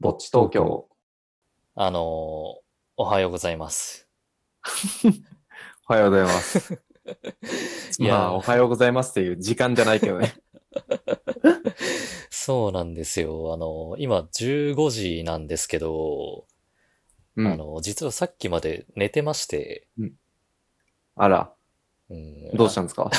ぼっち東京。あのーおはようございます。おはようございます。いまやあ、お、はようございますっていう時間じゃないけどね。そうなんですよ。あのー今15時なんですけど、うん。ああのー実はさっきまで寝てまして、ら、うんどうしたんですか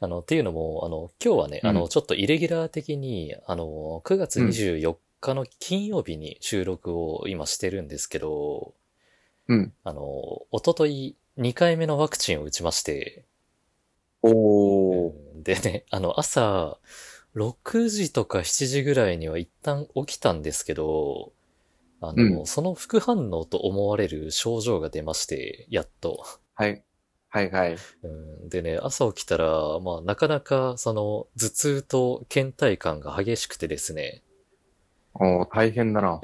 あの、っていうのも、あの、今日はね、うんあの、ちょっとイレギュラー的に、あの、9月うん24日の金曜日に収録を今してるんですけど、うん。あの、おととい2回目のワクチンを打ちまして、おー。でね、 あの、朝、6時とか7時ぐらいには一旦起きたんですけど、あの、うその副反応と思われる症状が出まして、やっと。はい。はいはい。うんでね、朝起きたら、まあ、なかなか、その、頭痛と倦怠感が激しくてですね。 おー、大変だな。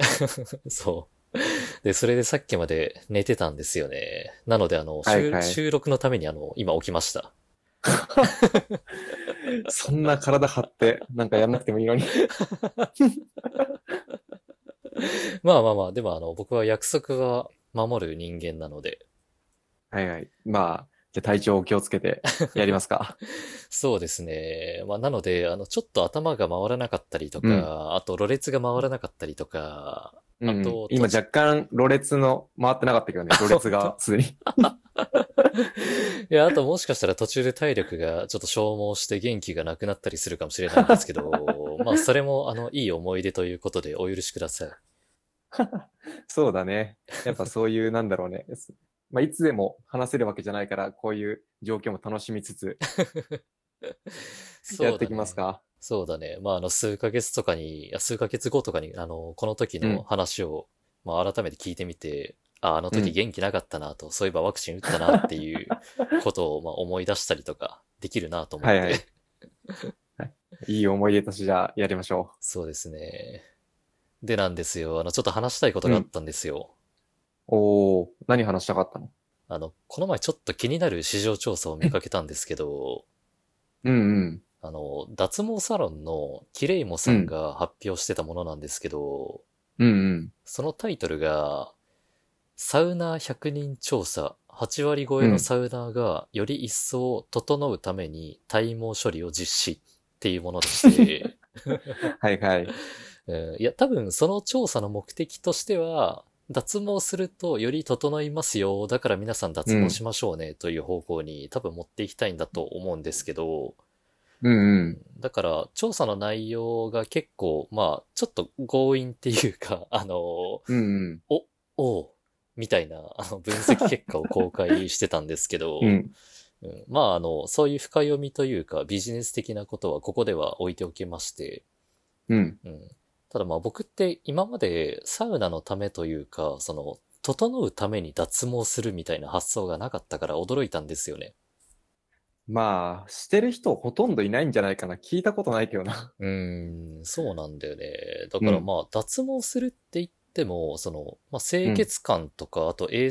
そう。で、それでさっきまで寝てたんですよね。なので、あの、収はいはい収録のために、あの、今起きました。そんな体張って、なんかやんなくてもいいのに。まあまあまあ、でも、あの、僕は約束は守る人間なので、はいはい。まあ、じゃあ体調を気をつけてやりますか。そうですね。まあ、なので、あの、ちょっと頭が回らなかったりとか、うんあと、ろれつが回らなかったりとか、うんうんあと今若干、ろれつの、回ってなかったけどね、ろれつがすでに。 いや、あともしかしたら途中で体力がちょっと消耗して元気がなくなったりするかもしれないんですけ ど、まあそれもあの、いい思い出ということでお許しください。そうだね。やっぱそういう、なんだろうね。まあ、いつでも話せるわけじゃないから、こういう状況も楽しみつつ、そうだ ねやっていきます。か。そうだね。まああの、数ヶ月とかに、あ数ヶ月後とかに、あの、この時の話を、まあ改めて聞いてみて、あ、あのう時ん元気なかったなと、そういえばワクチン打ったなっていうことを、まあ思い出したりとか、できるなと思っはいて。はい。いい思い出として、じゃあ、やりましょそうですね。でなんですよ。あの、ちょっと話したいことがあったんですよ。う。おー、何話したかったのあの、この前ちょっと気になる市場調査を見かけたんですけど、うんうん。あの、脱毛サロンのキレイモさんが発表してたものなんですけど、うんうん。そのタイトルが、サウナー100人調査、8割超えのサウナーがより一層整うために体毛処理を実施っていうもので して、はいはい。うんいや、多分その調査の目的としては、脱毛するとより整いますよ。だから皆さん脱毛しましょうねという方向に多分持っていきたいんだと思うんですけど、うんうん。だから調査の内容が結構、まあ、ちょっと強引っていうか、 あの、おうんうん。うみたいなあの分析結果を公開してたんですけ ど、うん。うんまあ、あの、そういう深読みというかビジネス的なことはここでは置いておきまして、うん。うんただまあ僕って今までサウナのためというか、その、整うために脱毛するみたいな発想がなかったから驚いたんですよね。まあ、してる人ほとんどいないんじゃないかな。聞いたことないけどな。うーん、そうなんだよね。だからまあ脱毛するって言っても、その、まあ清潔感とか、あと衛